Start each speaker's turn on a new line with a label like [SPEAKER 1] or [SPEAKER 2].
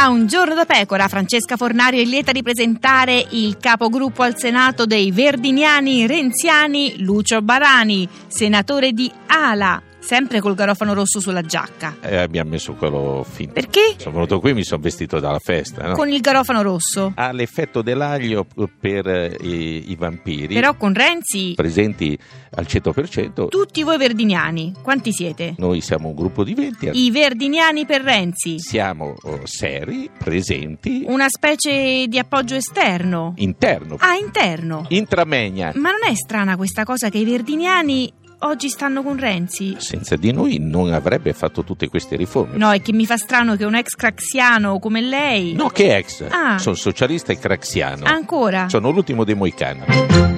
[SPEAKER 1] A un giorno da pecora, Francesca Fornario è lieta di presentare il capogruppo al Senato dei Verdiniani Renziani, Lucio Barani, senatore di Ala, sempre col garofano rosso sulla giacca.
[SPEAKER 2] E abbiamo messo quello finto.
[SPEAKER 1] Perché?
[SPEAKER 2] Sono venuto qui e mi sono vestito dalla festa. No?
[SPEAKER 1] Con il garofano rosso.
[SPEAKER 2] Ha l'effetto dell'aglio per eh, i, i vampiri.
[SPEAKER 1] Però con Renzi,
[SPEAKER 2] Presenti al 100%.
[SPEAKER 1] tutti voi verdiniani, quanti siete?
[SPEAKER 2] Noi siamo un gruppo di 20.
[SPEAKER 1] I verdiniani per Renzi,
[SPEAKER 2] Siamo oh, seri, presenti,
[SPEAKER 1] una specie di appoggio esterno.
[SPEAKER 2] interno,
[SPEAKER 1] Ah, Mm. interno.
[SPEAKER 2] intramegna.
[SPEAKER 1] Ma non è strana questa cosa che i verdiniani oggi stanno con Renzi?
[SPEAKER 2] Senza di noi non avrebbe fatto tutte queste riforme.
[SPEAKER 1] No, è che mi fa strano che un ex craxiano come lei.
[SPEAKER 2] No, che ex.
[SPEAKER 1] Ah.
[SPEAKER 2] Sono socialista e craxiano.
[SPEAKER 1] Ancora?
[SPEAKER 2] Cioè, Sono l'ultimo dei moicani.